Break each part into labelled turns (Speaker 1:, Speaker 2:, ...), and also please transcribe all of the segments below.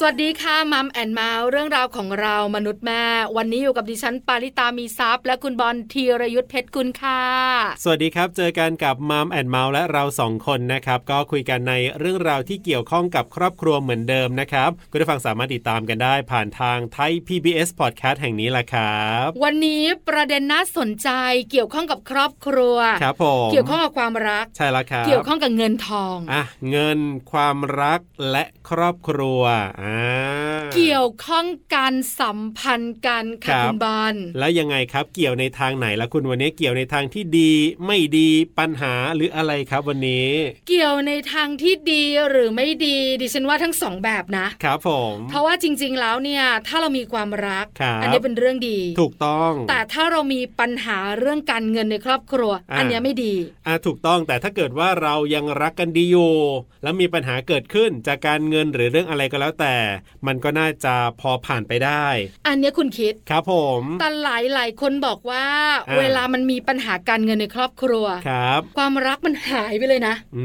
Speaker 1: สวัสดีค่ะมัมแอนเมาส์เรื่องราวของเรามนุษย์แม่ วันนี้อยู่กับดิฉันปาริตามีซัพย์ และคุณบอลธีรยุทธเพชรกุลค่ะ
Speaker 2: สวัสดีครับ เจอกันกับมัมแอนเมาส์และเราสองคนนะครับ ก็คุยกันในเรื่องราวที่เกี่ยวข้องกับครอบครัวเหมือนเดิมนะครับคุณผู้ฟังสามารถติดตามกันได้ผ่านทางไทย PBS Podcast แห่งนี้แหละครับ
Speaker 1: วันนี้ประเด็นน่าสนใจเกี่ยวข้องกับครอบครัว
Speaker 2: ครับผม
Speaker 1: เกี่ยวข้องกับความรัก
Speaker 2: ใช่แล้วครับ
Speaker 1: เกี่ยวข้องกับเงินทอง
Speaker 2: อ่ะเงินความรักและครอบครัวอ่า
Speaker 1: เกี่ยวข้องการสัมพันธ์กัน
Speaker 2: ครั
Speaker 1: ค่ะ
Speaker 2: บ
Speaker 1: คุณบอล
Speaker 2: แล้วยังไงครับเกี่ยวในทางไหนละคุณวันนี้เกี่ยวในทางที่ดี ไม่ดีปัญหาหรืออะไรครับวันนี้
Speaker 1: เกี่ยวในทางที่ดีหรือไม่ดีดิฉันว่าทั้งสองแบบนะ
Speaker 2: ครับผม
Speaker 1: เพราะว่าจริง ๆ แล้วเนี่ยถ้าเรามีความรัก
Speaker 2: ครับ
Speaker 1: อันี้เป็นเรื่องดี
Speaker 2: ถูกต้อง
Speaker 1: แต่ถ้าเรามีปัญหาเรื่องการเงินในครอบครัว
Speaker 2: อ่า
Speaker 1: อันเนี้ยไม่ดี
Speaker 2: อ่ะถูกต้องแต่ถ้าเกิดว่าเรายังรักกันดีอยู่แล้วมีปัญหาเกิดขึ้นจากการเงินหรือเรื่องอะไรก็แล้วแต่ มันก็น่าจะพอผ่านไปได้
Speaker 1: อันเนี้ยคุณคิด
Speaker 2: ครับผม
Speaker 1: แต่หลายหลายๆคนบอกว่า
Speaker 2: อ่า
Speaker 1: เวลามันมีปัญหาการเงินในครอบครัว
Speaker 2: ครับ
Speaker 1: ความรักมันหายไปเลยนะ
Speaker 2: อื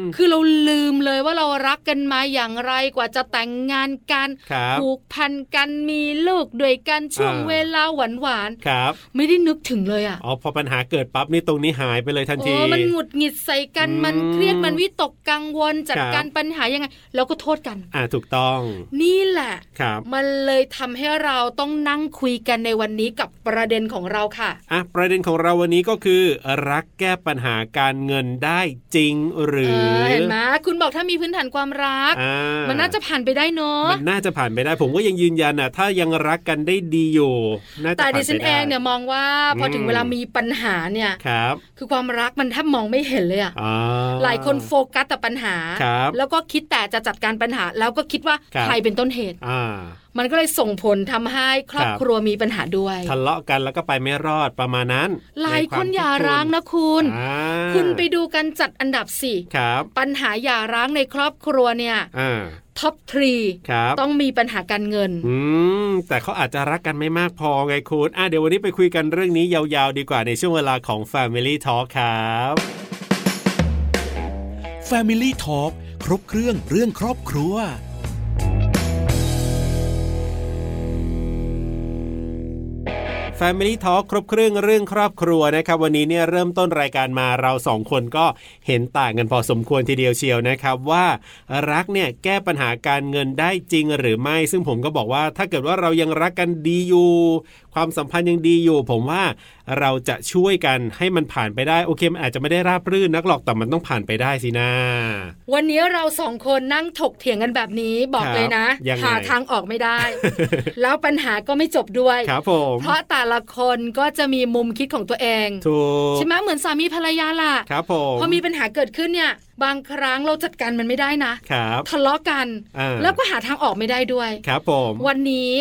Speaker 2: ม
Speaker 1: คือเราลืมเลยว่าเรารักกันมาอย่างไรกว่าจะแต่งงานกัน
Speaker 2: ครับ
Speaker 1: ผูกพันกันมีลูกด้วยกันช่วง
Speaker 2: อ่า
Speaker 1: เวลาหวานหวาน
Speaker 2: ครับ
Speaker 1: ๆไม่ได้นึกถึงเลยอ่ะ
Speaker 2: อ๋อพอปัญหาเกิดปั๊บนี่ตรงนี้หายไปเลยทันที
Speaker 1: โอ้มันหงุดหงิดใส่กัน
Speaker 2: อืม
Speaker 1: มันเครียดมันวิตกกังวลจัด
Speaker 2: ครับ
Speaker 1: การปัญหายังไงแล้วก็โทษกัน
Speaker 2: อ่ะถูกต้อง
Speaker 1: นี่แหละ
Speaker 2: ครับ
Speaker 1: มันเลยทำให้เราต้องนั่งคุยกันในวันนี้กับประเด็นของเราค่ะ
Speaker 2: อ่ะประเด็นของเราวันนี้ก็คือ รักแก้ปัญหาการเงินได้จริงห
Speaker 1: เอ
Speaker 2: รือ
Speaker 1: อเห็นไหมคุณบอกถ้ามีพื้นฐานความรัก
Speaker 2: อ่ามั
Speaker 1: มันน่าจะผ่านไปได้เนาะ
Speaker 2: มันน่าจะผ่านไปได้ ผมก็ยังยืนยันอ่ะ ถ้ายังรักกันได้ดีอยู่น่าจะ
Speaker 1: แต่
Speaker 2: ผ่านไป
Speaker 1: ดิ
Speaker 2: ได้
Speaker 1: ฉันเองเนี่ยมองว่าพอถึง
Speaker 2: อืม
Speaker 1: เวลามีปัญหาเนี่ย
Speaker 2: ครับ
Speaker 1: คือความรักมันแทบมองไม่เห็นเลยอะ
Speaker 2: อ่
Speaker 1: หลายคนโฟกัสแต่ปัญหา
Speaker 2: ครับ
Speaker 1: แล้วก็คิดแต่จะจัดการปัญหา แล้วก็คิดว่า
Speaker 2: ครับ
Speaker 1: ใครเป็นต้นเหตุ
Speaker 2: อ่า
Speaker 1: มันก็เลยส่งผลทำให้ครอบ
Speaker 2: ครับ
Speaker 1: ครัวมีปัญหาด้วย
Speaker 2: ทะเลาะกันแล้วก็ไปไม่รอดประมาณนั้น
Speaker 1: หลายคนอย่าร้างนะ
Speaker 2: คุ
Speaker 1: คุณ
Speaker 2: ณ
Speaker 1: คุณไปดูกันจัดอันดับสี่
Speaker 2: ครับ
Speaker 1: ปัญหาหย่าร้างในครอบครัวเนี่ย
Speaker 2: อ่า
Speaker 1: ท็อปทรี
Speaker 2: ครับ
Speaker 1: ต้องมีปัญหาการเงิน
Speaker 2: อืมแต่เขาอาจจะรักกันไม่มากพอไงคุณอ่ะเดี๋ยววันนี้ไปคุยกันเรื่องนี้ยาวๆ ดีกว่าในช่วงเวลาของ Family Talk ครับ
Speaker 3: Family Talk ครบเครื่องเรื่องครอบครัว
Speaker 2: Family Talk ครบเครื่องเรื่องครอบครัวนะครับ วันนี้เนี่ยเริ่มต้นรายการมาเราสองคนก็เห็นต่างกันพอสมควรทีเดียวเชียวนะครับ ว่ารักเนี่ยแก้ปัญหาการเงินได้จริงหรือไม่ ซึ่งผมก็บอกว่าถ้าเกิดว่าเรายังรักกันดีอยู่ ความสัมพันธ์ยังดีอยู่ ผมว่าเราจะช่วยกันให้มันผ่านไปได้โอเคมันอาจจะไม่ได้ราบรื่นนักหรอกแต่มันต้องผ่านไปได้สินะ
Speaker 1: วันนี้เราสองคนนั่งถกเถียงกันแบบนี้บอก
Speaker 2: ครับ
Speaker 1: เลยนะ
Speaker 2: ยังไง
Speaker 1: หาทางออกไม่ ได้ แล้วปัญหาก็ไม่จบด้วย
Speaker 2: ครับผม
Speaker 1: เพราะแต่ละคนก็จะมีมุมคิดของตัวเอง
Speaker 2: ถูก
Speaker 1: ใช่ไหมเหมือนสามีภรรยาล่ะ
Speaker 2: ครับผม
Speaker 1: พอมีปัญหาเกิดขึ้นเนี่ย บางครั้งเราจัดการมันไม่ได้นะครับ ทะเลาะกัน
Speaker 2: อ่า
Speaker 1: แล้วก็หาทางออกไม่ได้ด้วย
Speaker 2: ครับผม
Speaker 1: วันนี้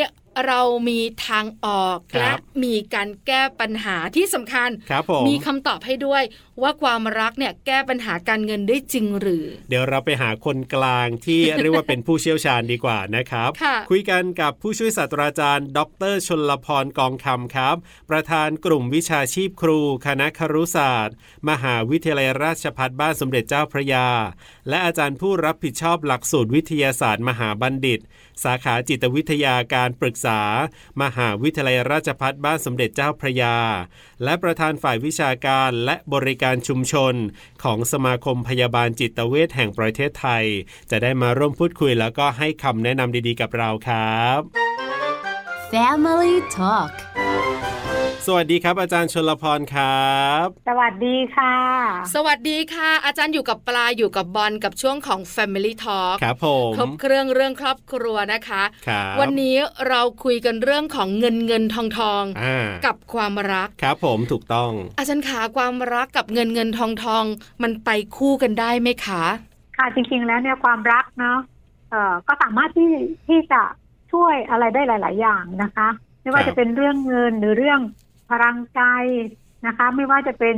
Speaker 1: เรามีทางออก
Speaker 2: ครับ
Speaker 1: และมีการแก้ปัญหาที่สำคัญ
Speaker 2: ครับผม
Speaker 1: มีคำตอบให้ด้วยว่าความรักเนี่ยแก้ปัญหาการเงินได้จริงหรือ
Speaker 2: เดี๋ยวเราไปหาคนกลางที่ เรียกว่าเป็นผู้เชี่ยวชาญดีกว่านะครับ
Speaker 1: ค่ะ
Speaker 2: คุยกันกับผู้ช่วยศาสตราจารย์ ดรชนลพรกองคำครับ ประธานกลุ่มวิชาชีพครู คณะครุศาสตร์ มหาวิทยาลัยราชภัฏบ้านสมเด็จเจ้าพระยา และอาจารย์ผู้รับผิดชอบหลักสูตรวิทยาศาสตร์ มหาบัณฑิต สาขาจิตวิทยาการปรึกษา มหาวิทยาลัยราชภัฏบ้านสมเด็จเจ้าพระยา และประธานฝ่ายวิชาการและบริการชุมชน ของสมาคมพยาบาลจิตเวชแห่งประเทศไทย จะได้มาร่วมพูดคุยแล้วก็ให้คำแนะนำดีๆกับเราครับ
Speaker 4: Family Talk
Speaker 2: สวัสดีครับ อาจารย์ชลพรครับ
Speaker 5: สวัสดีค่ะ
Speaker 1: สวัสดีค่ะ อาจารย์อยู่กับปลาอยู่กับบอลกับช่วงของ Family Talk
Speaker 2: ครับผม
Speaker 1: ครบเครื่องเรื่องครอบครัวนะคะ
Speaker 2: ครับ
Speaker 1: วันนี้เราคุยกันเรื่องของเงินเงินทองทอง
Speaker 2: อ่า
Speaker 1: กับความรัก
Speaker 2: ครับผมถูกต้อง
Speaker 1: อาจารย์ขาความรักกับเงินเงินทองทองมันไปคู่กันได้ไหมคะ
Speaker 5: ค่ะจริงๆแล้วเนี่ยความรักเนาะเอ่อก็สามารถที่ที่จะช่วยอะไรได้หลาย ๆ อย่างนะคะ ไม่ว่า
Speaker 2: ครับ
Speaker 5: จะเป็นเรื่องเงินหรือเรื่องพลังใจนะคะ ไม่ว่าจะเป็น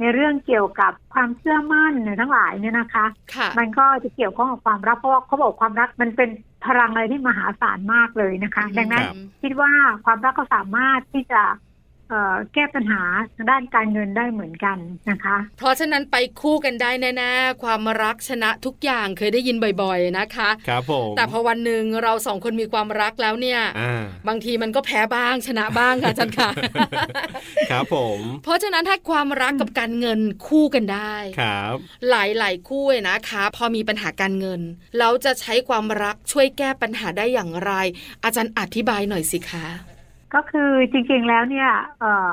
Speaker 5: ในเรื่องเกี่ยวกับความเชื่อมั่นหรือทั้งหลายเนี่ยนะคะ
Speaker 1: ค่ะ
Speaker 5: มันก็จะเกี่ยวข้องกับความรักเพราะว่าเขาบอกความรักมันเป็นพลังอะไรที่มหาศาลมากเลยนะคะ
Speaker 1: อืม
Speaker 5: ดังนั้น
Speaker 1: ครับ
Speaker 5: คิดว่าความรักก็สามารถที่จะ เอ่อแก้ปัญหาทางด้านการเงินได้เหมือนกันนะคะ
Speaker 1: เพราะฉะนั้นไปคู่กันได้แน่ๆความรักชนะทุกอย่างเคยได้ยินบ่อยๆนะคะ
Speaker 2: ครับผม
Speaker 1: แต่พอวันหนึ่งเราสองคนมีความรักแล้วเนี่ย
Speaker 2: อ่า
Speaker 1: บางทีมันก็แพ้บ้างชนะบ้างค่ะอาจัน ค่ะ
Speaker 2: ครับผม
Speaker 1: เพราะฉะนั้นถ้าความรักกับการเงินคู่กันได้
Speaker 2: ครับ
Speaker 1: หลายๆคู่เนี่ยนะคะ พอมีปัญหาการเงิน เราจะใช้ความรักช่วยแก้ปัญหาได้อย่างไร อาจารย์อธิบายหน่อยสิคะ
Speaker 5: ก็คือจริงๆแล้วเนี่ยเอ่อ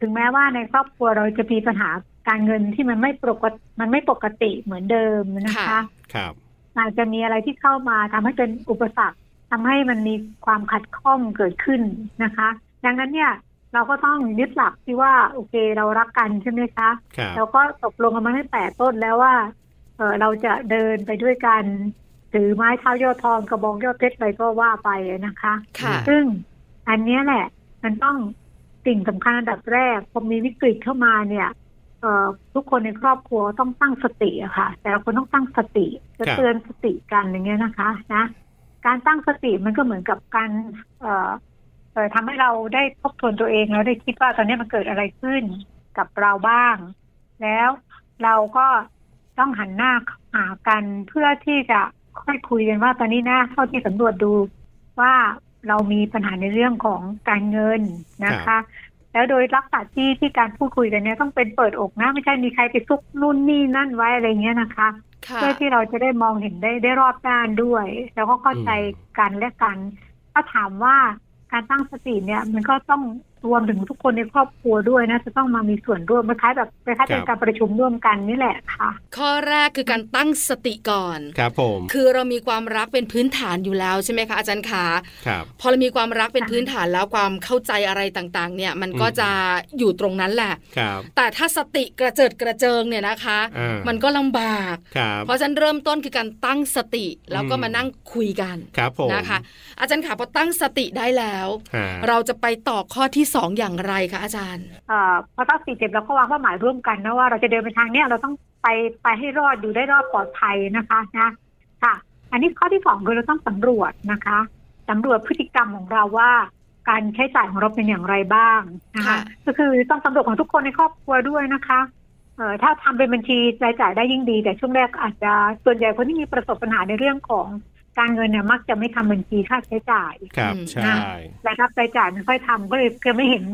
Speaker 5: ถึงแม้ว่าในครอบครัวเราจะมีปัญหาการเงินที่มันไม่ปกติมันไม่ปกติเหมือนเดิมนะคะ
Speaker 2: ครับ
Speaker 5: อาจจะมีอะไรที่เข้ามาทำให้เป็นอุปสรรคทำให้มันมีความขัดข้องเกิดขึ้นนะคะ ดังนั้นเนี่ยเราก็ต้องยึดหลักที่ว่าโอเคเรารักกันใช่ไหมคะ
Speaker 2: ครับ
Speaker 5: เราก็ตกลงกันมาตั้งแต่ต้นแล้วว่าเออเราจะเดินไปด้วยกันถือไม้เท้ายอดทองกระบองยอดเพชรอะไรก็ว่าไปนะคะ
Speaker 1: ค่ะ
Speaker 5: ซึ่งอันเนี้ยแหละ มันต้องสิ่งสำคัญอันดับแรกพอมีวิกฤตเข้ามาเนี่ยเอ่อทุกคนในครอบครัวต้องตั้งสติอะค่ะ แต่ละคนต้องตั้งสติจะเตือนสติกันอย่างเงี้ยนะคะนะการตั้งสติมันก็เหมือนกับการเอ่อเอ่อทำให้เราได้ทบทวนตัวเองแล้วได้คิดว่าตอนเนี้ยมันเกิดอะไรขึ้นกับเราบ้าง แล้วเราก็ต้องหันหน้าหากันเพื่อที่จะค่อยคุยกันว่าตอนนี้นะเท่าที่สำรวจดู ว่าเรามีปัญหาในเรื่องของการเงินนะคะ แล้วโดยลักษณะที่ที่การพูดคุยกันเนี่ยต้องเป็นเปิดอกนะไม่ใช่มีใครไปซุกนู่นนี่นั่นไว้อะไรเงี้ยนะคะ
Speaker 1: ค่ะ
Speaker 5: เพื่อที่เราจะได้มองเห็นได้ได้รอบด้านด้วย แล้วก็เข้าใจกันและกันถ้าถามว่าการตั้งสติเนี่ย มันก็ต้องรวมถึงทุกคนในครอบครัวด้วยนะ จะต้องมามีส่วนร่วมคล้ายๆแบบคล้ายๆเป็นการประชุมร่วมกันนี่แหละค่ะ
Speaker 1: ข้อแรกคือการตั้งสติก่อน
Speaker 2: ครับผม
Speaker 1: คือเรามีความรักเป็นพื้นฐานอยู่แล้วใช่ไหมคะอาจารย์ขา
Speaker 2: ครับ
Speaker 1: พอเรามีความรักเป็นพื้นฐานแล้วความเข้าใจอะไรต่างๆ เนี่ยมันก็
Speaker 2: อืม
Speaker 1: จะอยู่ตรงนั้นแหละ
Speaker 2: ครับ
Speaker 1: แต่ถ้าสติกระเจิดกระเจิงเนี่ยนะคะ
Speaker 2: อ่า
Speaker 1: มันก็ลำบาก
Speaker 2: ครับ
Speaker 1: เพราะฉะนันเริ่มต้นคือการตั้งสติแล้วก็
Speaker 2: อืม
Speaker 1: มานั่งคุยกัน
Speaker 2: ครับผม
Speaker 1: นะคะ อาจารย์ขาพอตั้งสติได้แล้ว
Speaker 2: ฮะ
Speaker 1: เราจะไปต่อข้อที่ 2 อย่างไรคะอาจารย์
Speaker 5: เอ่อพอตั้งสี่เจ็บเราก็วางเป้าหมายร่วมกันนะว่าเราจะเดินไปทางเนี้ยเราต้องไปไปให้รอดอยู่ได้รอดปลอดภัยนะคะนะค่ะ อันนี้ข้อที่สองคือเราต้องสำรวจนะคะสำรวจพฤติกรรมของเราว่า การใช้จ่ายของเราเป็นอย่างไรบ้างนะคะ
Speaker 1: ค่ะ
Speaker 5: ก็คือต้องสำรวจของทุกคนในครอบครัวด้วยนะคะเอ่อถ้าทำเป็นบัญชีรายจ่ายได้ยิ่งดี แต่ช่วงแรกอาจจะส่วนใหญ่คนที่มีประสบปัญหาในเรื่องของการเงินเนี่ยมักจะไม่ทำบัญชีค่าใช้จ่าย
Speaker 2: ครับ
Speaker 1: อืม
Speaker 2: ใช่
Speaker 5: รายรับรายจ่ายไม่ค่อยทำก็เลยคือไม่เห็น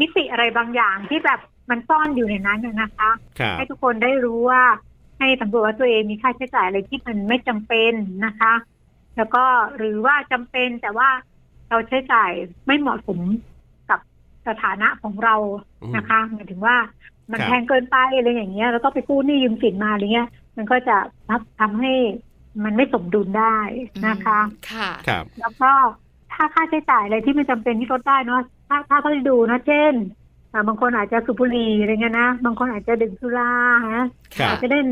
Speaker 5: มิติอะไรบางอย่างที่แบบมันซ่อนอยู่ในนั้นน่ะนะคะ
Speaker 2: ครับ
Speaker 5: ให้ทุกคนได้รู้ว่าให้สำรวจว่าตัวเองมีค่าใช้จ่ายอะไรที่มันไม่จำเป็นนะคะ แล้วก็หรือว่าจำเป็นแต่ว่าเราใช้จ่ายไม่เหมาะสมกับสถานะของเรานะคะหมายถึงว่ามัน
Speaker 2: ครับ
Speaker 5: แพงเกินไปอะไรอย่างเงี้ยแล้วก็ไปกู้หนี้ยืมสินมาอะไรเงี้ย มันก็จะทำให้มันไม่สมดุลได้นะคะ
Speaker 1: อืมค่ะ
Speaker 2: ครับ
Speaker 5: แล้วก็ถ้าค่าใช้จ่ายอะไรที่มันจำเป็นที่ลดได้เนาะถ้าถ้าเขาจะดูนะเช่นอ่าบางคนอาจจะสูบบุหรี่อะไรเงี้ยนะบางคนอาจจะดื่มสุราฮะ
Speaker 2: ครับ
Speaker 5: อาจจะเล่น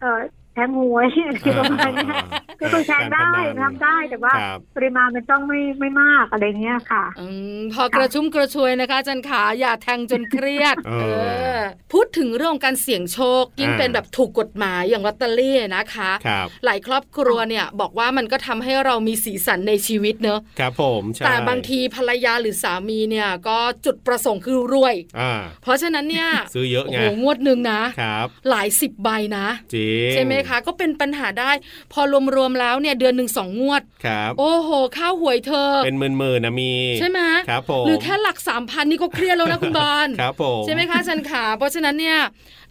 Speaker 5: เอ่อแทงหวยอะไรประมาณเนี้ยก็คือแทงได้ทำได้แต่ว่า
Speaker 2: ครับ
Speaker 5: ปริมาณมันต้องไม่ไม่มากอะไรเงี้ยค่ะ
Speaker 1: อืมพอกระชุ่มกระชวยนะคะอาจันขาอย่าแทงจนเครียด
Speaker 2: เออ
Speaker 1: เออ พูดถึงเรื่องการเสี่ยงโชค ยิ่ง
Speaker 2: อ่า
Speaker 1: เป็นแบบถูกกฎหมายอย่างลอตเตอรี่นะคะ
Speaker 2: ครับ
Speaker 1: หลายครอบครัวเนี่ยบอกว่ามันก็ทำให้เรามีสีสันในชีวิตเนอะ
Speaker 2: ครับผมใช่
Speaker 1: แต่บางทีภรรยาหรือสามีเนี่ยก็จุดประสงค์คือรวย
Speaker 2: อ่า
Speaker 1: เพราะฉะนั้นเนี่ย
Speaker 2: ซื้อเยอะ
Speaker 1: โอ้
Speaker 2: ไง
Speaker 1: โหงวดหนึ่งนะ
Speaker 2: ครับ
Speaker 1: หลายสิบใบนะ
Speaker 2: จริง
Speaker 1: ใช่ไหมคะ ก็เป็นปัญหาได้ พอรวมๆแล้วเนี่ยเดือนหนึ่งสองงวด
Speaker 2: ครับ
Speaker 1: โอ้โหข้าวหวยเธอ
Speaker 2: เป็นหมื่นๆนะมี
Speaker 1: ใช่ไหม
Speaker 2: ครับผม
Speaker 1: หรือแค่หลักสามพันนี่ก็เครียดแล้วนะคุณบอล
Speaker 2: ครับผม
Speaker 1: ใช่ไหมคะอาจันขาเพราะฉะนั้นเนี่ย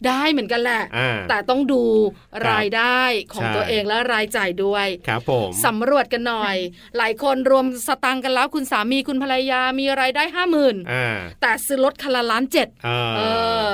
Speaker 1: ได้เหมือนกันแหละ
Speaker 2: อ่า
Speaker 1: แต่ต้องดูรายได้ของ
Speaker 2: ใช่
Speaker 1: ตัวเองและรายจ่ายด้วย
Speaker 2: ครับผม
Speaker 1: สำรวจกันหน่อย หลายคนรวมสตังค์กันแล้วคุณสามีคุณภรรยามีรายได้ห้าหมื่น
Speaker 2: อ่า
Speaker 1: แต่ซื้อรถคันละล้านเจ็ด
Speaker 2: เออ
Speaker 1: เออ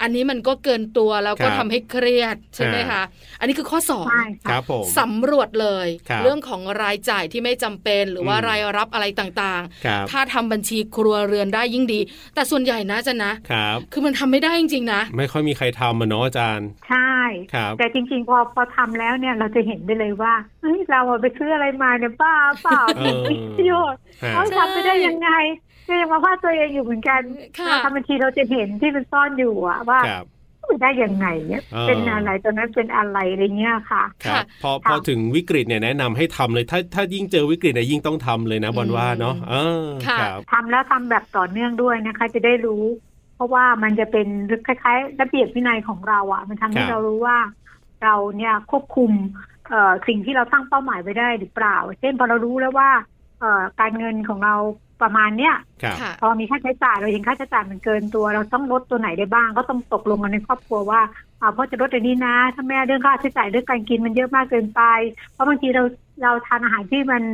Speaker 1: อันนี้มันก็เกินตัวแล้วก็
Speaker 2: ครับ
Speaker 1: ทำให้เครียดใช่ไหม
Speaker 2: ค
Speaker 1: คะ
Speaker 2: รับ
Speaker 1: อันนี้คือข้อสอง
Speaker 5: ใช่
Speaker 2: ค
Speaker 5: ค่ะ
Speaker 2: รับผม
Speaker 1: สำรวจเลย
Speaker 2: ครับ
Speaker 1: เรื่องของรายจ่ายที่ไม่จำเป็น หรือว่า
Speaker 2: อืม
Speaker 1: รายรับอะไรต่าง
Speaker 2: ครับ
Speaker 1: ๆ ถ้าทำบัญชีครัวเรือนได้ยิ่งดี แต่ส่วนใหญ่นะจะนะ
Speaker 2: ครับ
Speaker 1: คือมันทำไม่ได้จริงๆนะ
Speaker 2: ไม่ค่อยมีใครทำอ่ะเนาะอาจารย์
Speaker 5: ใช่
Speaker 2: ครับ
Speaker 5: แต่จริง ๆ พอพอทำแล้วเนี่ยเราจะเห็นได้เลยว่าเฮ้ยเราอะไปซื้ออะไรมาเนี่ยบ้าเปล่า
Speaker 2: เออ
Speaker 5: ไม่ประโยชน์
Speaker 2: ฮะ
Speaker 5: เขา
Speaker 1: ใช่
Speaker 5: ทำไปได้ยังไงก็ยังมาว่าตัวเองอยู่เหมือนกัน
Speaker 1: ค่ะ
Speaker 5: เราทำบัญชีเราจะเห็นที่มันซ่อนอยู่อะว่า
Speaker 2: ครับ
Speaker 5: มันได้ยังไงเนี่ย
Speaker 2: เออ
Speaker 5: เป็นอะไรตอนนั้นเป็นอะไรอะไรเงี้ยค่ะ
Speaker 2: ครับ
Speaker 1: ค่ะ
Speaker 2: พอพอถึงวิกฤตเนี่ยแนะนำให้ทำเลย ถ้าถ้ายิ่งเจอวิกฤตเนี่ยยิ่งต้องทำเลยนะบอลว่าเนาะเออ
Speaker 1: ค่ะ
Speaker 2: ครับ
Speaker 5: ทำแล้วทำแบบต่อเนื่องด้วยนะคะ จะได้รู้ เพราะว่ามันจะเป็นคล้ายๆ ระเบียบวินัยของเราอะ่ะ มันทำให้
Speaker 2: ครับ
Speaker 5: เรารู้ว่า เราเนี่ยควบคุมเอ่อสิ่งที่เราตั้งเป้าหมายไว้ได้หรือเปล่า เช่นพอเรารู้แล้วว่าเอ่อการเงินของเราประมาณเนี้ย
Speaker 2: ครับ
Speaker 1: ค่ะ
Speaker 5: พอมีค่าใช้จ่ายเราเห็นค่าใช้จ่ายมันเกินตัว เราต้องลดตัวไหนได้บ้าง ก็ต้องตกลงกันในครอบครัวว่าอ่าพ่อจะลดอันนี้นะถ้าแม่เรื่องค่าใช้จ่ายเรื่องการกินมันเยอะมากเกินไป เพราะบางทีเราเราทานอาหารที่มัน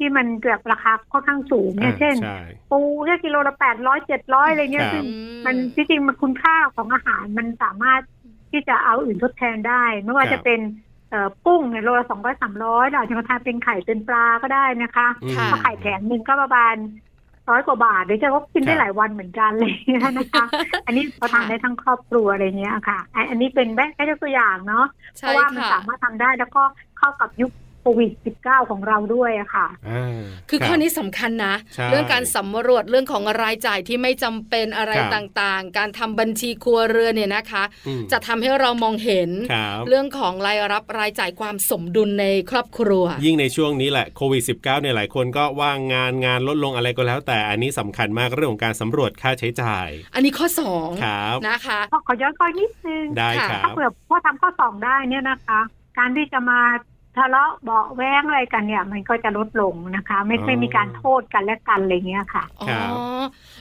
Speaker 5: ที่มันแบบราคาค่อนข้างสูงเนี่ย
Speaker 2: อ่า
Speaker 5: เช่น
Speaker 2: ใช่
Speaker 5: ปูเนี่ยกิโลละแปดร้อยเจ็ดร้อยอะไรเงี้ย
Speaker 2: ครับ
Speaker 1: อื
Speaker 5: ซึ่งมันที่จริงมันคุณค่าของอาหารมันสามารถที่จะเอาอื่นทดแทนได้ ไม่
Speaker 2: ค
Speaker 5: ว่า
Speaker 2: รั
Speaker 5: จะ
Speaker 2: บ
Speaker 5: เป็นเอ่อกุ้งเนี่ยโลละสองร้อยสามร้อยเราอาจจะมาทานเป็นไข่เป็นปลาก็ได้นะคะ
Speaker 2: อืม
Speaker 1: ค่ะ
Speaker 5: ถ้าไข่แผงหนึ่งก็ประมาณร้อยกว่าบาทหรือจะก็กิน
Speaker 2: ค
Speaker 5: ได้
Speaker 2: รับ
Speaker 5: หลายวันเหมือนกันเลยนะคะ อันนี้พอทานได้ทั้งครอบครัวอะไรเงี้ยค่ะอันอันนี้เป็นแค่ยกตัวอย่างเนาะเพ
Speaker 1: ใช่
Speaker 5: ราะว่ามัน
Speaker 1: ค่ะ
Speaker 5: สามารถทำได้แล้วก็เข้ากับยุคโควิด -19 ของเราด้วยอะค่ะ
Speaker 2: อ่า
Speaker 1: คือข้อ
Speaker 2: รับ
Speaker 1: นี้สำคัญนะ
Speaker 2: ใช่
Speaker 1: เรื่องการสำรวจเรื่องของรายจ่ายที่ไม่จำเป็นอะไร
Speaker 2: ครับ
Speaker 1: ต่างๆ การทำบัญชีครัวเรือนเนี่ยนะคะ
Speaker 2: อืม
Speaker 1: จะทำให้เรามองเห็น
Speaker 2: ครับ
Speaker 1: เรื่องของรายรับรายจ่ายความสมดุลในครอบครัว
Speaker 2: ยิ่งในช่วงนี้แหละโควิด -19 เนี่ยหลายคนก็ว่างงานงานลดลงอะไรก็แล้ว แต่อันนี้สำคัญมากเรื่องของการสำรวจค่าใช้จ่าย
Speaker 1: อันนี้ข้อสอง
Speaker 2: ครับ
Speaker 1: นะคะ
Speaker 5: ขอขอย้อนข้อนิดนึง
Speaker 2: ได้ค
Speaker 1: ค่ะ
Speaker 2: รั
Speaker 5: ถ้า
Speaker 2: บ
Speaker 5: เผื่อพวกทำข้อสองได้เนี่ยนะคะ การที่จะมาทะเลาะเบาะแว้งอะไรกันเนี่ย มันก็จะลดลงนะคะ ไม่
Speaker 2: อ๋อ
Speaker 5: ไม่มีการโทษกันและกันอะไรเงี้ยค่ะ
Speaker 1: อ๋อ
Speaker 2: ครับ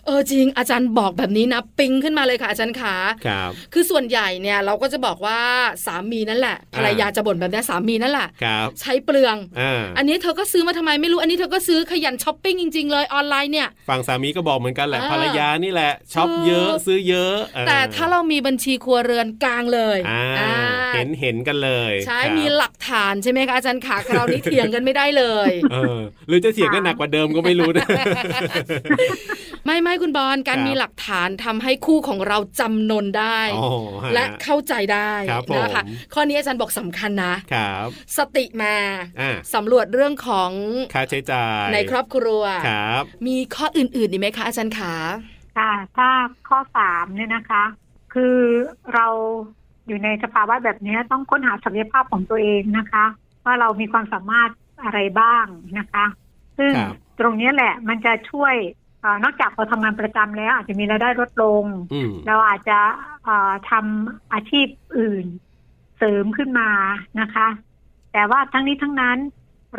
Speaker 1: เออจริงอาจารย์บอกแบบนี้นะ ปิงขึ้นมาเลยค่ะอาจารย์ขา
Speaker 2: ครับ
Speaker 1: คือส่วนใหญ่เนี่ยเราก็จะบอกว่าสามีนั่นแหละภรรยาจะบ่นแบบนี้สามีนั่นแหละ
Speaker 2: ครับ
Speaker 1: ใช้เปลือง
Speaker 2: อ่า
Speaker 1: อันนี้เธอก็ซื้อมาทำไมไม่รู้ อันนี้เธอก็ซื้อขยันช้อปปิ้งจริง ๆ เลยออนไลน์เนี่ย
Speaker 2: ฝั่งสามีก็บอกเหมือนกันแหละ
Speaker 1: อ่า
Speaker 2: ภรรยานี่แหละช็อป
Speaker 1: ถูก
Speaker 2: เยอะซื้อเยอะออ
Speaker 1: แต่ถ้าเรามีบัญชีครัวเรือนกลางเลย
Speaker 2: อ่า
Speaker 1: อ่า
Speaker 2: เห็นเห็นกันเลย
Speaker 1: ใช่
Speaker 2: ครับ
Speaker 1: มีหลักฐานใช่ไหมคะอาจารย์ขาคราวนี้เถียงกันไม่ได้เลย
Speaker 2: เออหรือจะเถียงกันหนักกว่าเดิมก็ไม่รู้นะ
Speaker 1: ไม่ไม่คุณบอลการ
Speaker 2: ครับ
Speaker 1: มีหลักฐานทำให้คู่ของเราจำนนได้
Speaker 2: อ๋อฮ
Speaker 1: และเข้าใจได้
Speaker 2: ครับผม
Speaker 1: นะคะข้อนี้อาจารย์บอกสำคัญนะ
Speaker 2: ครับ
Speaker 1: สติมา
Speaker 2: อ่า
Speaker 1: สำรวจเรื่องของ
Speaker 2: ค่าใช้จ่าย
Speaker 1: ในครอบครัว
Speaker 2: ครับ
Speaker 1: มีข้ออื่นๆอีกไหมคะอาจารย์ขา
Speaker 5: ค่ะ ถ้าข้อสามเนี่ยนะคะ คือเราอยู่ในสภาวะแบบเนี้ยต้องค้นหาศักยภาพของตัวเองนะคะ ว่าเรามีความสามารถอะไรบ้างนะคะ ซึ่ง
Speaker 2: ครับ
Speaker 5: ตรงเนี้ยแหละมันจะช่วยเออนอกจากเราทำงานประจำแล้ว อาจจะมีรายได้ลดลง
Speaker 2: อืม
Speaker 5: เราอาจจะเอ่อทำอาชีพอื่นเสริมขึ้นมานะคะ แต่ว่าทั้งนี้ทั้งนั้น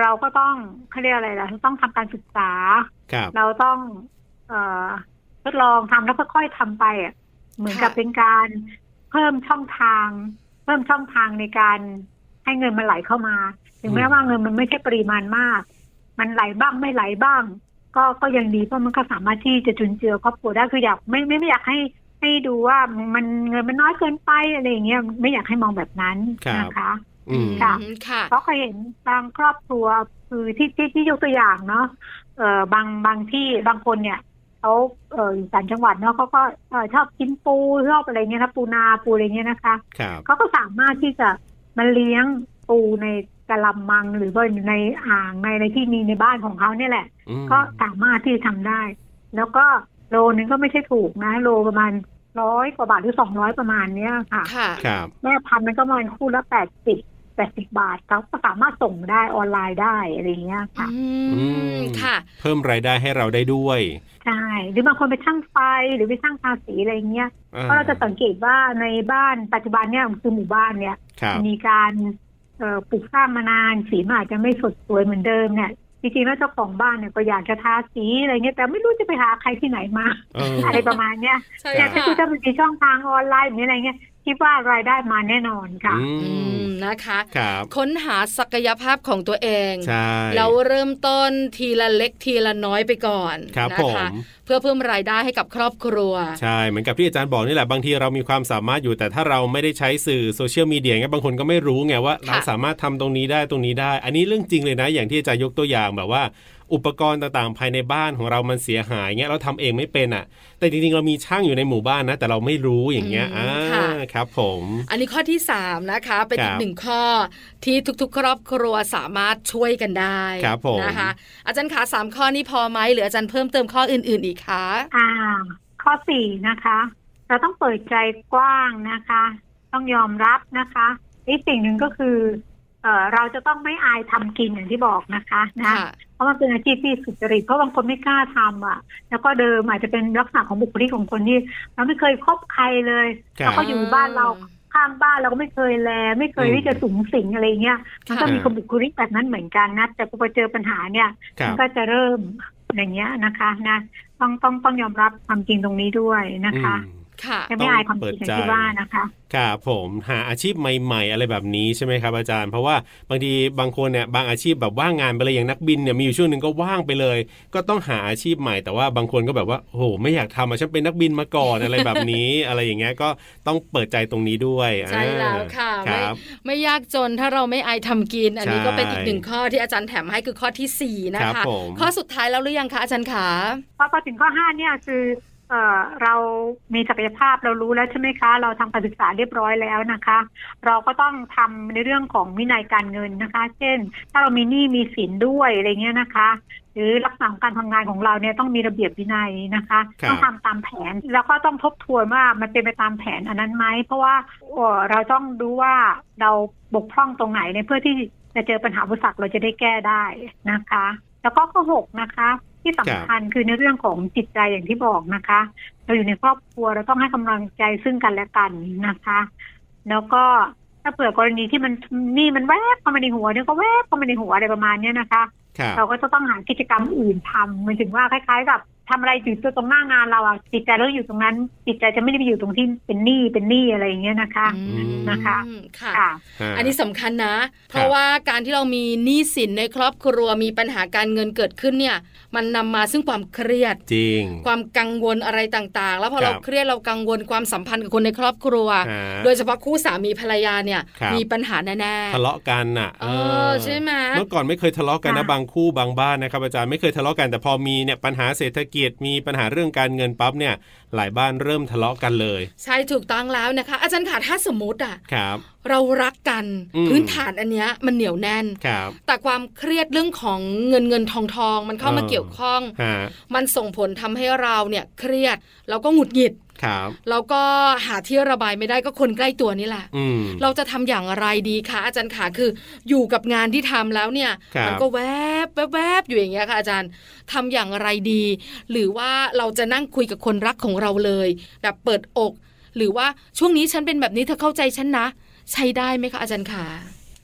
Speaker 5: เราก็ต้องเขาเรียกอะไรล่ะต้องทำการศึกษา
Speaker 2: ครับ
Speaker 5: เราต้องเออทดลองทำแล้วค่อยๆทำไปอะเหมือนกับ
Speaker 1: ค่ะ
Speaker 5: เป็นการเพิ่มช่องทาง เพิ่มช่องทางในการให้เงินมันไหลเข้ามา ถึงแม้ว่าเงินมันไม่ใช่ปริมาณมาก มันไหลบ้างไม่ไหลบ้าง ก็ก็ยังดีเพราะมันก็สามารถที่จะจุนเจือครอบครัวได้คืออยากไม่ไม่ไม่อยากให้ให้ดูว่ามันเงินมันน้อยเกินไปอะไรอย่างเงี้ยไม่อยากให้มองแบบนั้นนะคะ
Speaker 2: อืม
Speaker 5: ค่ะ
Speaker 1: อืมค่ะ
Speaker 5: เพราะเคยเห็นบางครอบครัวคือที่ที่ที่ยกตัวอย่างเนาะเออบางบางที่บางคนเนี่ยเขาเอออยู่ต่างจังหวัดเนาะเขาก็เอ่อชอบกินปูชอบอะไรเงี้ยนะปูนาปูอะไรเงี้ยนะคะ
Speaker 2: ครับ
Speaker 5: เขาก็สามารถที่จะมาเลี้ยงปูในกะละมังหรือว่าในอ่างในอะไรที่มีในบ้านของเขาเนี่ยแหละ
Speaker 2: อืม
Speaker 5: ก็สามารถที่จะทำได้ แล้วก็โลนึงก็ไม่ใช่ถูกนะ โลประมาณร้อยกว่าบาทหรือสองร้อยประมาณเนี้ยค่ะ
Speaker 1: ค่ะ
Speaker 2: ครับ
Speaker 5: แม่พันธุ์มันก็ประมาณคู่ละแปดสิบแปดสิบบาทเขาก็สามารถส่งได้ออนไลน์ได้อะไรอย่างเงี้ยค่ะ
Speaker 1: อื
Speaker 2: อื
Speaker 1: ม
Speaker 2: ม
Speaker 1: ค่ะ
Speaker 2: เพิ่มรายได้ให้เราได้ด้วย
Speaker 5: ใช่ หรือบางคนไปช่างไฟหรือไปช่างทาสีอะไรอย่างเงี้ย
Speaker 2: อ่
Speaker 5: ก็เราจะสังเกตว่าในบ้านปัจจุบันเนี่ยคือหมู่บ้านเนี่ย
Speaker 2: ครับ
Speaker 5: มีการเอ่อปลูกสร้างมานานสีมันอาจจะไม่สดสวยเหมือนเดิมเนี่ยจริงๆแล้วเจ้าของบ้านเนี่ยก็อยากจะทาสีอะไรเงี้ยแต่ไม่รู้จะไปหาใครที่ไหนมา
Speaker 2: เออ
Speaker 5: อะไรประมาณเนี้ย
Speaker 1: ใช่
Speaker 2: เนี่
Speaker 5: แต่
Speaker 2: ย
Speaker 1: ค่ะ
Speaker 5: ถ้าคุณจะมีช่องทางออนไลน์หรืออะไรเงี้ยคิดว่ารายได้มาแน่นอนค่ะ
Speaker 2: อื
Speaker 1: อื
Speaker 2: ม
Speaker 1: มนะคะ
Speaker 2: ครับ
Speaker 1: ค้นหาศักยภาพของตัวเอง
Speaker 2: ใช่
Speaker 1: แล้วเริ่มต้นทีละเล็กทีละน้อยไปก่อน
Speaker 2: ครับ
Speaker 1: นะ
Speaker 2: ผ
Speaker 1: คะ
Speaker 2: ม
Speaker 1: เพื่อเพิ่มรายได้ให้กับครอบครัว
Speaker 2: ใช่เหมือนกับที่อาจารย์บอกนี่แหละบางทีเรามีความสามารถอยู่แต่ถ้าเราไม่ได้ใช้สื่อโซเชียลมีเดียเงี้ยบางคนก็ไม่รู้ไงว่า เราสามารถทำตรงนี้ได้ตรงนี้ได้ อันนี้เรื่องจริงเลยนะ อย่างที่อาจารย์ยกตัวอย่างแบบว่า อุปกรณ์ต่างๆ ภายในบ้านของเรามันเสียหายเงี้ยเราทำเองไม่เป็นอ่ะ แต่จริงๆเรามีช่างอยู่ในหมู่บ้านนะ แต่เราไม่รู้อย่างเงี้ย
Speaker 1: อื
Speaker 2: อ่าม
Speaker 1: ค่ะ
Speaker 2: ครับ ผม
Speaker 1: อันนี้ข้อที่ 3 นะคะ เป็นอี
Speaker 2: ค
Speaker 1: ก
Speaker 2: รับ
Speaker 1: หนึ่งข้อที่ทุกๆ ครอบครัวสามารถช่วยกันได้
Speaker 2: ครับผม
Speaker 1: นะคะ อาจารย์ขาสามข้อนี้พอไหมหรืออาจารย์เพิ่มเติมข้ออื่นๆอีกคะ
Speaker 5: อ่า ข้อสี่นะคะ เราต้องเปิดใจกว้างนะคะ ต้องยอมรับนะคะอีกสิ่งหนึ่งก็คือเออเราจะต้องไม่อายทำกินอย่างที่บอกนะคะนะ
Speaker 1: ค่ะ
Speaker 5: เพราะมันเป็นอาชีพที่สุจริตเพราะบางคนไม่กล้าทำอ่ะ แล้วก็เดิมอาจจะเป็นลักษณะของบุคลิกของคนที่เราไม่เคยคบใครเลย
Speaker 2: ครับ
Speaker 5: เราก็อยู่บ้านเราข้างบ้านเราก็ไม่เคยแล ไม่เคย
Speaker 2: อืม
Speaker 5: ที่จะสูงสิงอะไรเงี้ยมันก็
Speaker 1: ค่ะ
Speaker 5: มีคนบุคลิกแบบนั้นเหมือนกันนะแต่พอเจอปัญหาเนี่ย
Speaker 2: ครั
Speaker 5: มั
Speaker 2: บ
Speaker 5: นก็จะเริ่มอย่างเงี้ยนะคะนะต้องต้องต้องยอมรับความจริงตรงนี้ด้วยนะคะ
Speaker 2: อืม
Speaker 1: ค่ะ
Speaker 5: จะไม่อายความจริงอย่างที่ว่านะคะ
Speaker 2: ครับผมหาอาชีพใหม่ ๆ อะไรแบบนี้ใช่ไหมครับอาจารย์ เพราะว่าบางทีบางคนเนี่ยบางอาชีพแบบว่างงานไปเลยอย่างนักบินเนี่ยมีอยู่ช่วงหนึ่งก็ว่างไปเลย ก็ต้องหาอาชีพใหม่แต่ว่าบางคนก็แบบว่าโอ้โหไม่อยากทำอะฉันเป็นนักบินมาก่อน อะไรแบบนี้ อะไรอย่างเงี้ยก็ต้องเปิดใจตรงนี้ด้วย
Speaker 1: ใช่แล้วค่ะ
Speaker 2: ค
Speaker 1: ไม่
Speaker 2: รับ
Speaker 1: ไม่ยากจนถ้าเราไม่อายทำกิน อันนี้
Speaker 2: ใช่
Speaker 1: ก็เป็นอีกหนึ่งข้อที่อาจารย์แถมให้คือข้อที่สี่นะครับ คะ
Speaker 2: ผม
Speaker 1: ข้อสุดท้ายแล้วหรือยังคะอาจารย์ขา
Speaker 5: พอพอถึงข้อห้าเนี่ยคือเอ่อเรามีศักยภาพเรารู้แล้วใช่ไหมคะ เราทำการศึกษาเรียบร้อยแล้วนะคะ เราก็ต้องทำในเรื่องของวินัยการเงินนะคะ เช่น ถ้าเรามีหนี้มีสินด้วยอะไรเงี้ยนะคะ หรือลักษณะของการทำงานของเราเนี่ยต้องมีระเบียบวินัยนะคะ
Speaker 2: ครับ
Speaker 5: ต้องทำตามแผนแล้วก็ต้องทบทวนว่ามันเป็นไปตามแผนอันนั้นไหมเพราะว่าเอ่อเราต้องดูว่าเราบกพร่องตรงไหนในเพื่อที่จะเจอปัญหาอุปสรรคเราจะได้แก้ได้นะคะ แล้วก็ข้อหกนะคะ ที่สำคัญคือในเรื่องของจิตใจอย่างที่บอกนะคะ เราอยู่ในครอบครัวเราต้องให้กำลังใจซึ่งกันและกันนะคะ แล้วก็ถ้าเผื่อกรณีที่มันหนี่มันแวบเข้ามาในหัวเนี่ยก็แวบเข้ามาในหัวอะไรประมาณเนี้ยนะคะ
Speaker 2: ครับ
Speaker 5: เราก็จะต้องหากิจกรรมอื่นทำหมายถึงว่าคล้ายๆกับทำอะไรอยู่ตรงหน้างานเราอะจิตใจเราอยู่ตรงนั้น จิตใจจะไม่ได้ไปอยู่ตรงที่เป็นหนี้เป็นหนี้อะไรอย่างเงี้ยนะคะ
Speaker 1: อืม
Speaker 5: นะคะ
Speaker 1: ค่ะ
Speaker 5: ค่ะ
Speaker 1: อันนี้สำคัญนะ เพราะว่าการที่เรามีหนี้สินในครอบครัวมีปัญหาการเงินเกิดขึ้นเนี่ย มันนำมาซึ่งความเครียด
Speaker 2: จริง
Speaker 1: ความกังวลอะไรต่างๆ แล้วพอ
Speaker 2: ครั
Speaker 1: เรา
Speaker 2: บ
Speaker 1: เครียดเรากังวลความสัมพันธ์กับคนในครอบครัว
Speaker 2: ฮะ
Speaker 1: โดยเฉพาะคู่สามีภรรยาเนี่ย
Speaker 2: ครับ
Speaker 1: มีปัญหาแน่ๆ
Speaker 2: ทะเลาะกันน่ะ
Speaker 1: เออใช่ไหม
Speaker 2: เมื่อก่อนไม่เคยทะเลาะกันนะ
Speaker 5: ค่ะ
Speaker 2: บางคู่บางบ้านนะครับอาจารย์ไม่เคยทะเลาะกันแต่พอมีเนี่ยปัญหาเศรษฐกิจมีปัญหาเรื่องการเงินปั๊บเนี่ย หลายบ้านเริ่มทะเลาะกันเลย
Speaker 1: ใช่ถูกต้องแล้วนะคะ อาจารย์ค่ะถ้าสมมติอ่ะ
Speaker 2: ครับ
Speaker 1: เรารักกัน
Speaker 2: อืม
Speaker 1: พื้นฐานอันเนี้ยมันเหนียวแน่น
Speaker 2: ครับ
Speaker 1: แต่ความเครียดเรื่องของเงินเงินทองทองมันเข้ามา
Speaker 2: เออ
Speaker 1: เกี่ยวข้อง
Speaker 2: ฮะ
Speaker 1: มันส่งผลทำให้เราเนี่ยเครียดแล้วก็หงุดหงิด
Speaker 2: ครับ
Speaker 1: แล้วก็หาที่ระบายไม่ได้ก็คนใกล้ตัวนี่แหละ
Speaker 2: อืม
Speaker 1: เราจะทำอย่างไรดีคะอาจารย์ขาคืออยู่กับงานที่ทำแล้วเนี่ย
Speaker 2: ครับ
Speaker 1: มัก็แวบแวบแวบอยู่อย่างเงี้ยค่ะอาจารย์ทำอย่างไรดี หรือว่าเราจะนั่งคุยกับคนรักของเราเลย แบบเปิดอก หรือว่าช่วงนี้ฉันเป็นแบบนี้เธอเข้าใจฉันนะ ใช้ได้ไหมคะอาจารย์ขา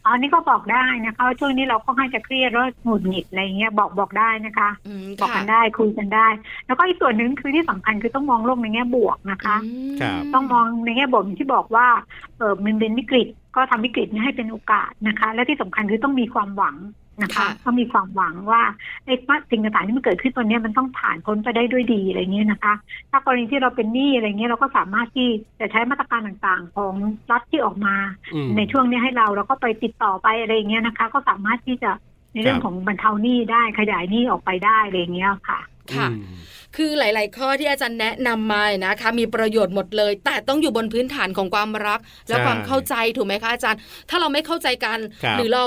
Speaker 5: อันนี้ก็บอกได้นะคะว่าช่วงนี้เราค่อนข้างจะเครียดแล้วหงุดหงิดอะไรเงี้ยบอกบอกได้นะคะ
Speaker 1: อืม
Speaker 5: บอกกันได้คุยกันได้ แล้วก็อีกส่วนหนึ่งคือที่สำคัญคือต้องมองโลกในแง่บวกนะคะ
Speaker 1: อืม
Speaker 2: ครับ
Speaker 5: ต้องมองในแง่บวกอย่างที่บอกว่าเออมันเป็นวิกฤตก็ทำวิกฤตให้เป็นโอกาสนะคะ และที่สำคัญคือต้องมีความหวังนะคะ
Speaker 1: ค่ะ
Speaker 5: ต้องมีความหวังว่าไอ้ว่าสิ่งต่างๆที่มันเกิดขึ้นตอนเนี้ยมันต้องผ่านพ้นไปได้ด้วยดีอะไรเงี้ยนะคะ ถ้ากรณีที่เราเป็นหนี้อะไรเงี้ยเราก็สามารถที่จะใช้มาตรการต่างๆ ของรัฐที่ออกมา
Speaker 2: อืม
Speaker 5: ในช่วงเนี้ยให้เราเราก็ไปติดต่อไปอะไรอย่างเงี้ยนะคะ ก็สามารถที่จะในเรื่อง
Speaker 2: ครับ
Speaker 5: ของบรรเทาหนี้ได้ขยายหนี้ออกไปได้อะไรอย่างเงี้ยค่ะ
Speaker 1: ค่ะ
Speaker 2: อืม
Speaker 1: คือหลาย ๆ ข้อที่อาจารย์แนะนำมาเนี่ยนะคะ มีประโยชน์หมดเลย แต่ต้องอยู่บนพื้นฐานของความรัก และ
Speaker 2: ใช่
Speaker 1: ความเข้าใจถูกไหมคะอาจารย์ ถ้าเราไม่เข้าใจกัน
Speaker 2: ครับ
Speaker 1: หรือเรา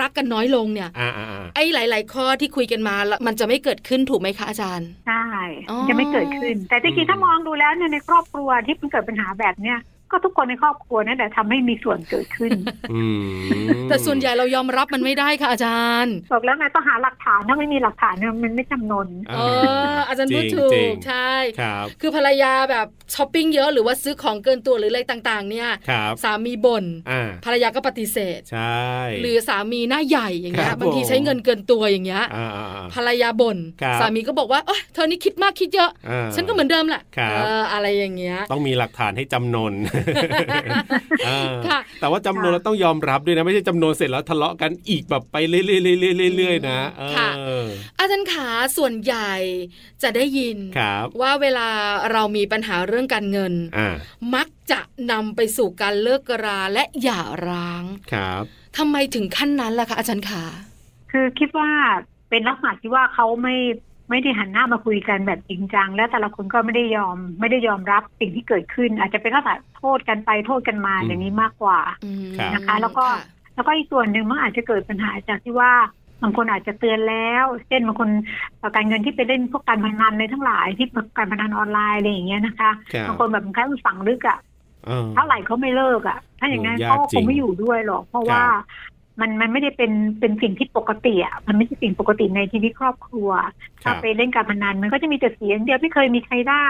Speaker 1: รักกันน้อยลงเนี่ย
Speaker 2: อ่าอ่าอ่า
Speaker 1: ไอ้หลาย ๆ ข้อที่คุยกันมาละมันจะไม่เกิดขึ้นถูกไหมคะอาจารย์
Speaker 5: ใช่
Speaker 1: อ๋อ
Speaker 5: จะไม่เกิดขึ้น แต่จ
Speaker 2: อื
Speaker 5: ริ
Speaker 2: ม
Speaker 5: งๆถ้ามองดูแล้วเนี่ยในครอบครัวที่มันเกิดปัญหาแบบเนี้ยก็ทุกคนในครอบครัวนั่นแหละทำให้มีส่วนเกิดขึ้น
Speaker 2: อืม
Speaker 1: แต่ส่วนใหญ่เรายอมรับมันไม่ได้ค่ะอาจารย์
Speaker 5: บอกแล้วไงต้องหาหลักฐานถ้าไม่มีหลักฐานเนี่ยมันไม่จำนน
Speaker 1: เอออาจารย์พูดถู
Speaker 2: จริ
Speaker 1: ก
Speaker 2: งๆ
Speaker 1: ใช่
Speaker 2: ครับ
Speaker 1: คือภรรยาแบบช้อปปิ้งเยอะหรือว่าซื้อของเกินตัวหรืออะไรต่าง ๆ เนี่ย
Speaker 2: ครับ
Speaker 1: สามีบ่น
Speaker 2: อ่า
Speaker 1: ภรรยาก็ปฏิเสธ
Speaker 2: ใช่
Speaker 1: หรือสามีหน้าใหญ่อย่างเงี้
Speaker 2: ครั
Speaker 1: ย
Speaker 2: บผม
Speaker 1: บางทีใช้เงินเกินตัวอย่างเงี้ย
Speaker 2: อ่าอ่าอ่า
Speaker 1: ภรรยาบน่น
Speaker 2: ครับ
Speaker 1: สามีก็บอกว่าเอยเธอนี่คิดมากคิดเยอะ
Speaker 2: อ่า
Speaker 1: ฉันก็เหมือนเดิมแหละ
Speaker 2: ครับ
Speaker 1: เอออะไรอย่างเงี้ย
Speaker 2: ต้องมีหลักฐานให้จำนน อ่า
Speaker 1: ค่ะ
Speaker 2: แต่ว่าจำนนแล้วต้องยอมรับด้วยนะ ไม่ใช่จำนนเสร็จแล้วทะเลาะกันอีกแบบไปเรื่อยๆเรื่อยๆเรื่อยๆนะเออ
Speaker 1: อาจารย์ขาส่วนใหญ่จะได้ยิน
Speaker 2: ครับ
Speaker 1: ว่าเวลาเรามีปัญหาเรื่องการเงิน
Speaker 2: อ่า
Speaker 1: มักจะนำไปสู่การเลิกราและหย่าร้าง
Speaker 2: ครับ
Speaker 1: ทำไมถึงขั้นนั้นล่ะคะอาจารย์ขา
Speaker 5: คือคิดว่าเป็นลักษณะที่ว่าเขาไม่ไม่ได้หันหน้ามาคุยกันแบบจริงจัง และแต่ละคนก็ไม่ได้ยอม ไม่ได้ยอมรับสิ่งที่เกิดขึ้น อาจจะเป็นลักษณะโทษกันไปโทษกันมาอย่างนี้มากกว่า
Speaker 1: อืม
Speaker 5: นะคะแล้วก็ แล้วก็อีกส่วนหนึ่งมันอาจจะเกิดปัญหาจากที่ว่า บางคนอาจจะเตือนแล้ว เช่นบางคนเอ่อการเงินที่ไปเล่นพวกการพนันอะไรทั้งหลายที่การพนันออนไลน์อะไรอย่างเงี้ยนะคะ
Speaker 2: ครับ
Speaker 5: บางคนแบบมันขั้นฝังลึกอะ
Speaker 2: อ่า
Speaker 5: เท่าไหร่เขาไม่เลิกอ่ะ ถ้าอย่างนั้น
Speaker 2: โอ้ยาก
Speaker 5: เขาก็
Speaker 2: จ
Speaker 5: ค
Speaker 2: ริง
Speaker 5: งไม่อยู่ด้วยหรอก เพราะ
Speaker 2: ค
Speaker 5: ว่า
Speaker 2: รับ
Speaker 5: มันมันไม่ได้เป็นเป็นสิ่งที่ปกติอ่ะ มันไม่ใช่สิ่งปกติในชีวิตครอบครัว
Speaker 2: ครั
Speaker 5: ถ้า
Speaker 2: บ
Speaker 5: ไปเล่นการพนันมันก็จะมีแต่เสียงเดียวไม่เคยมีใครได้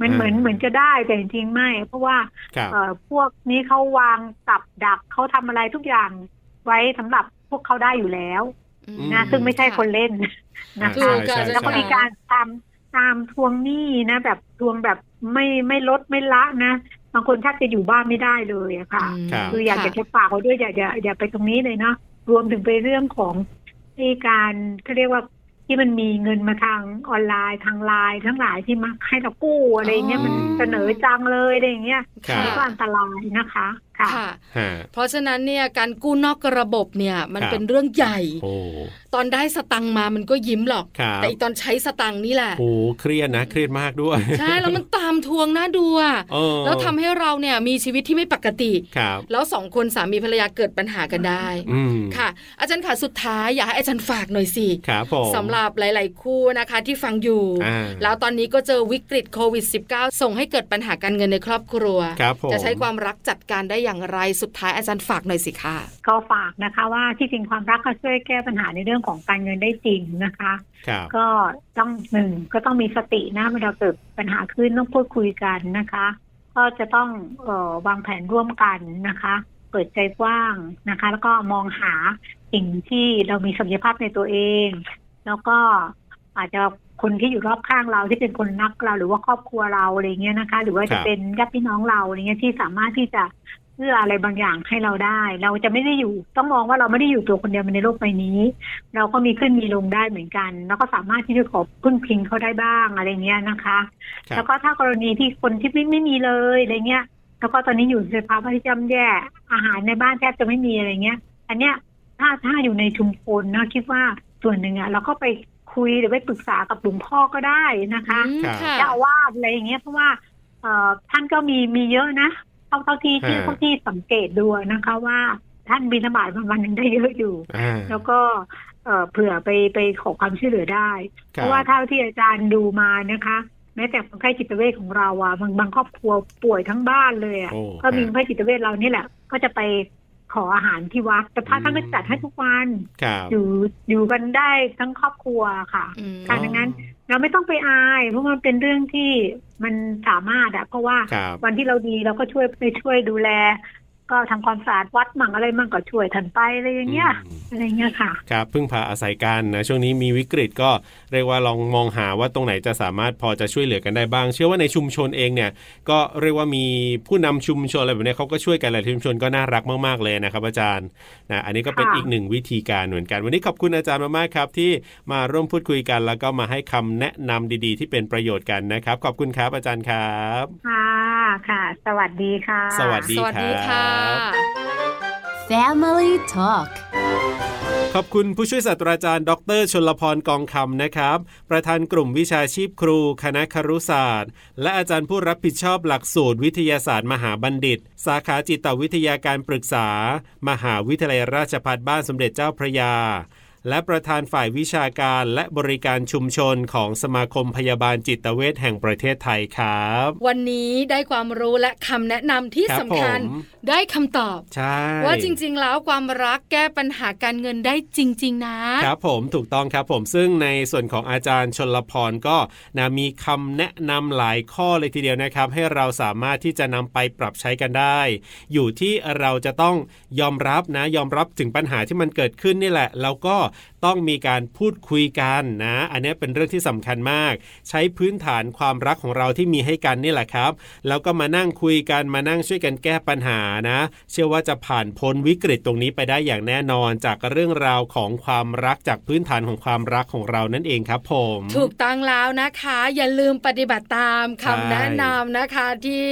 Speaker 5: มันเหมือน
Speaker 2: อ่า
Speaker 5: เหมือนจะได้แต่จริงๆไม่ เพราะว่า
Speaker 2: ครับ
Speaker 5: เอ่อพวกนี้เขาวางกับดักเขาทำอะไรทุกอย่างไว้สำหรับพวกเขาได้อยู่แล้ว
Speaker 1: อื
Speaker 5: นะซึ่งไม่ใช่คนเล่นนะ
Speaker 1: ถู
Speaker 5: คะ
Speaker 1: กค่ะ
Speaker 2: ใช่ใช่
Speaker 5: แล้วก็มีการตามตามทวงหนี้นะ แบบทวงแบบไม่ไม่ลดไม่ละนะ บางคนแทบจะอยู่บ้านไม่ได้เลยอะค่ะ
Speaker 1: ม
Speaker 2: ครับ
Speaker 5: คืออยากจะจะฝากเขาด้วยอย่าอย่าอย่าไปตรงนี้เลยเนาะรวมถึงไปเรื่องของที่การเขาเรียกว่าที่มันมีเงินมาทางออนไลน์ทางไลน์ทั้งหลายที่มาให้เรากู้อะไรเงี้ยมันเสนอจังเลยอะไรอย่างเงี้ย
Speaker 2: ครับ
Speaker 5: มันก็อันตรายนะคะค่ะ
Speaker 1: ค่ะ
Speaker 2: ฮะ
Speaker 1: เพราะฉะนั้นเนี่ยการกู้นอกระบบเนี่ยมัน
Speaker 2: ครับ
Speaker 1: เป็นเรื่องใหญ่
Speaker 2: โอ้
Speaker 1: ตอนได้สตังค์มามันก็ยิ้มหรอก
Speaker 2: ครับ
Speaker 1: แต่อีตอนใช้สตังค์นี่แหละ
Speaker 2: โอ้เครียดนะเครียดมากด้วย
Speaker 1: ใช่ แล้วมันตามทวงน่าดูอะ
Speaker 2: เออ
Speaker 1: แล้วทำให้เราเนี่ยมีชีวิตที่ไม่ปกติ
Speaker 2: ครับ
Speaker 1: แล้วสองคนสามีภรรยาเกิดปัญหากันได้
Speaker 2: อืม
Speaker 1: ค่ะ อาจารย์ค่ะสุดท้ายอยากให้อาจารย์ฝากหน่อยสิ
Speaker 2: ครับผม
Speaker 1: สำหรับหลาย ๆ คู่นะคะที่ฟังอยู่
Speaker 2: อ่า
Speaker 1: แล้วตอนนี้ก็เจอวิกฤตโควิด -19 ส่งให้เกิดปัญหาการเงินในครอบครัว
Speaker 2: ครับผม
Speaker 1: จะใช้ความรักจัดการได้อย่างไรสุดท้ายอาจารย์ฝากหน่อยสิค่ะ
Speaker 5: ก็ฝากนะคะว่าที่จริงความรักก็ช่วยแก้ปัญหาในเรื่องของการเงินได้จริงนะคะ
Speaker 2: ครับ
Speaker 5: ก็ต้องหนึ่งก็ต้องมีสตินะเวลาเกิดปัญหาขึ้นต้องพูดคุยกันนะคะ ก็จะต้องเอ่อวางแผนร่วมกันนะคะ เปิดใจกว้างนะคะ แล้วก็มองหาสิ่งที่เรามีศักยภาพในตัวเอง แล้วก็อาจจะคนที่อยู่รอบข้างเราที่เป็นคนรักเราหรือว่าครอบครัวเราอะไรเงี้ยนะคะ หรือว่า
Speaker 2: ครั
Speaker 5: จะ
Speaker 2: บ
Speaker 5: เป็นญาติพี่น้องเราอะไรเงี้ยที่สามารถที่จะเพื่ออะไรบางอย่างให้เราได้ เราจะไม่ได้อยู่ ต้องมองว่าเราไม่ได้อยู่ตัวคนเดียวในโลกใบนี้ เราก็มีขึ้นมีลงได้เหมือนกัน แล้วก็สามารถที่จะขอพึ่งพิงเขาได้บ้างอะไรเงี้ยนะคะ
Speaker 2: ครับ
Speaker 5: แล้วก็ถ้ากรณีที่คนที่ไม่ไม่มีเลยอะไรเงี้ย แล้วก็ตอนนี้อยู่ในสภาวะที่ย่ำแย่อาหารในบ้านแทบจะไม่มีอะไรเงี้ย อันเนี้ยถ้าถ้าอยู่ในชุมชนนะคิดว่าส่วนหนึ่งอะเราก็ไปคุยหรือไปปรึกษากับหลวงพ่อก็ได้นะคะ
Speaker 1: อืม
Speaker 2: ค่ะ
Speaker 1: ค่ะ
Speaker 5: เจ้าอาวาสอะไรอย่างเงี้ยเพราะว่าเอ่อท่านก็มีมีเยอะนะเท่าเท่าที่ที่
Speaker 2: ฮะ
Speaker 5: เท่าที่สังเกตดูนะคะ ว่าท่านบิณฑบาตวันๆหนึ่งได้เยอะอยู่
Speaker 2: อ่า
Speaker 5: แล้วก็เอ่อเผื่อไปไปขอความช่วยเหลือได้
Speaker 2: คบ
Speaker 5: เพราะว่าเท่าที่อาจารย์ดูมานะคะ แม้แต่คนไข้จิตเวชของเราอ่ะบางบางครอบครัวป่วยทั้งบ้านเลยอ่ะ
Speaker 2: โอ้
Speaker 5: ก็มี
Speaker 2: ฮะ
Speaker 5: คนไข้จิตเวชเรานี่แหละ ก็จะไปขออาหารที่วัดแต่พระ
Speaker 2: อืม
Speaker 5: ท่านก็จัดให้ทุกวัน
Speaker 2: ครับ
Speaker 5: อยู่อยู่กันได้ทั้งครอบครัวค่ะ
Speaker 1: อืม
Speaker 5: ค่ะดังนั้น เราไม่ต้องไปอาย เพราะมันเป็นเรื่องที่มันสามารถอะเพราะว่า
Speaker 2: ครับ
Speaker 5: วันที่เราดีเราก็ช่วยไปช่วยดูแล ก็ทำความสะอาดวัดมั่งอะไรมั่งก็ช่วยทันไปอะไรอย่างเงี้ย
Speaker 2: อืม
Speaker 5: อะไรเงี้ยค่ะ
Speaker 2: ครับพึ่งพาอาศัยกันนะช่วงนี้มีวิกฤตก็เรียกว่าลองมองหาว่าตรงไหนจะสามารถพอจะช่วยเหลือกันได้บ้าง เชื่อว่าในชุมชนเองเนี่ย ก็เรียกว่ามีผู้นำชุมชนอะไรแบบเนี้ยเขาก็ช่วยกันหลายชุมชนก็น่ารักมากๆเลยนะครับอาจารย์นะอันนี้ก็เป็น
Speaker 5: ค่ะ
Speaker 2: อีกหนึ่งวิธีการเหมือนกัน วันนี้ขอบคุณอาจารย์มากๆครับ ที่มาร่วมพูดคุยกัน แล้วก็มาให้คำแนะนำดีๆ ที่เป็นประโยชน์กันนะครับ ขอบคุณครับอาจารย์ครับ
Speaker 5: ค่ะค่ะ สวัสดีค่ะ
Speaker 2: สวัสดี
Speaker 1: สวัสดีค่ะ
Speaker 4: Family Talk
Speaker 2: ขอบคุณผู้ช่วยศาสตราจารย์ดรชลพรกองคำนะครับ ประธานกลุ่มวิชาชีพครู คณะครุศาสตร์ และอาจารย์ผู้รับผิดชอบหลักสูตรวิทยาศาสตร์มหาบัณฑิต สาขาจิตวิทยาการปรึกษา มหาวิทยาลัยราชภัฏบ้านสมเด็จเจ้าพระยา และประธานฝ่ายวิชาการและบริการชุมชนของสมาคมพยาบาลจิตเวชแห่งประเทศไทยครับ
Speaker 1: วันนี้ได้ความรู้และคำแนะนำที่
Speaker 2: ครับ
Speaker 1: สำคัญ
Speaker 2: ผม
Speaker 1: ได้คำตอบ
Speaker 2: ใช่
Speaker 1: ว่าจริงๆแล้วความรักแก้ปัญหาการเงินได้จริง ๆ นะ
Speaker 2: ครับผมถูกต้องครับผมซึ่งในส่วนของอาจารย์ชนลพรก็นะมีคำแนะนำหลายข้อเลยทีเดียวนะครับ ให้เราสามารถที่จะนำไปปรับใช้กันได้ อยู่ที่เราจะต้องยอมรับนะ ยอมรับถึงปัญหาที่มันเกิดขึ้นนี่แหละ แล้วก็ต้องมีการพูดคุยกันนะ อันนี้เป็นเรื่องที่สำคัญมาก ใช้พื้นฐานความรักของเราที่มีให้กันนี่แหละครับ แล้วก็มานั่งคุยกันมานั่งช่วยกันแก้ปัญหานะ เชื่อว่าจะผ่านพ้นวิกฤตตรงนี้ไปได้อย่างแน่นอนจากเรื่องราวของความรักจากพื้นฐานของความรักของเรานั่นเองครับผม
Speaker 1: ถูกต้องแล้วนะคะ อย่าลืมปฏิบัติตาม
Speaker 2: ใช่
Speaker 1: คำแนะนำนะคะ ที่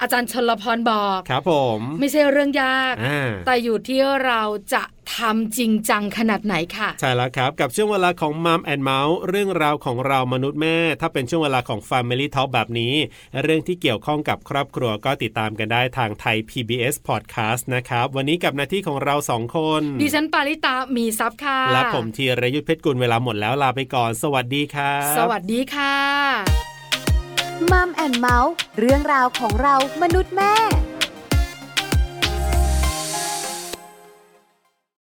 Speaker 1: อาจารย์ชลพรบอก
Speaker 2: ครับผม
Speaker 1: ไม่ใช่เรื่องยาก
Speaker 2: อ่า
Speaker 1: แต่อยู่ที่เราจะท ทำจริงจังขนาดไหนค่ะ
Speaker 2: ใช่แล้วครับ กับช่วงเวลาของมัมแอนเมาส์เรื่องราวของเรามนุษย์แม่ ถ้าเป็นช่วงเวลาของ Family Talk แบบนี้ เรื่องที่เกี่ยวข้องกับครอบครัวก็ติดตามกันได้ทางไทย PBS Podcast นะครับ วันนี้กับหน้าที่ของเราสองคน
Speaker 1: ดิฉันปาริตามีซับค่ะ
Speaker 2: และผมธีรยุทธเพชรกุลเวลาหมดแล้วลาไปก่อน สวัสดีครับ
Speaker 1: สวัสดีค่ะ
Speaker 4: มัมแอนเมาส์เรื่องราวของเรามนุษย์แม่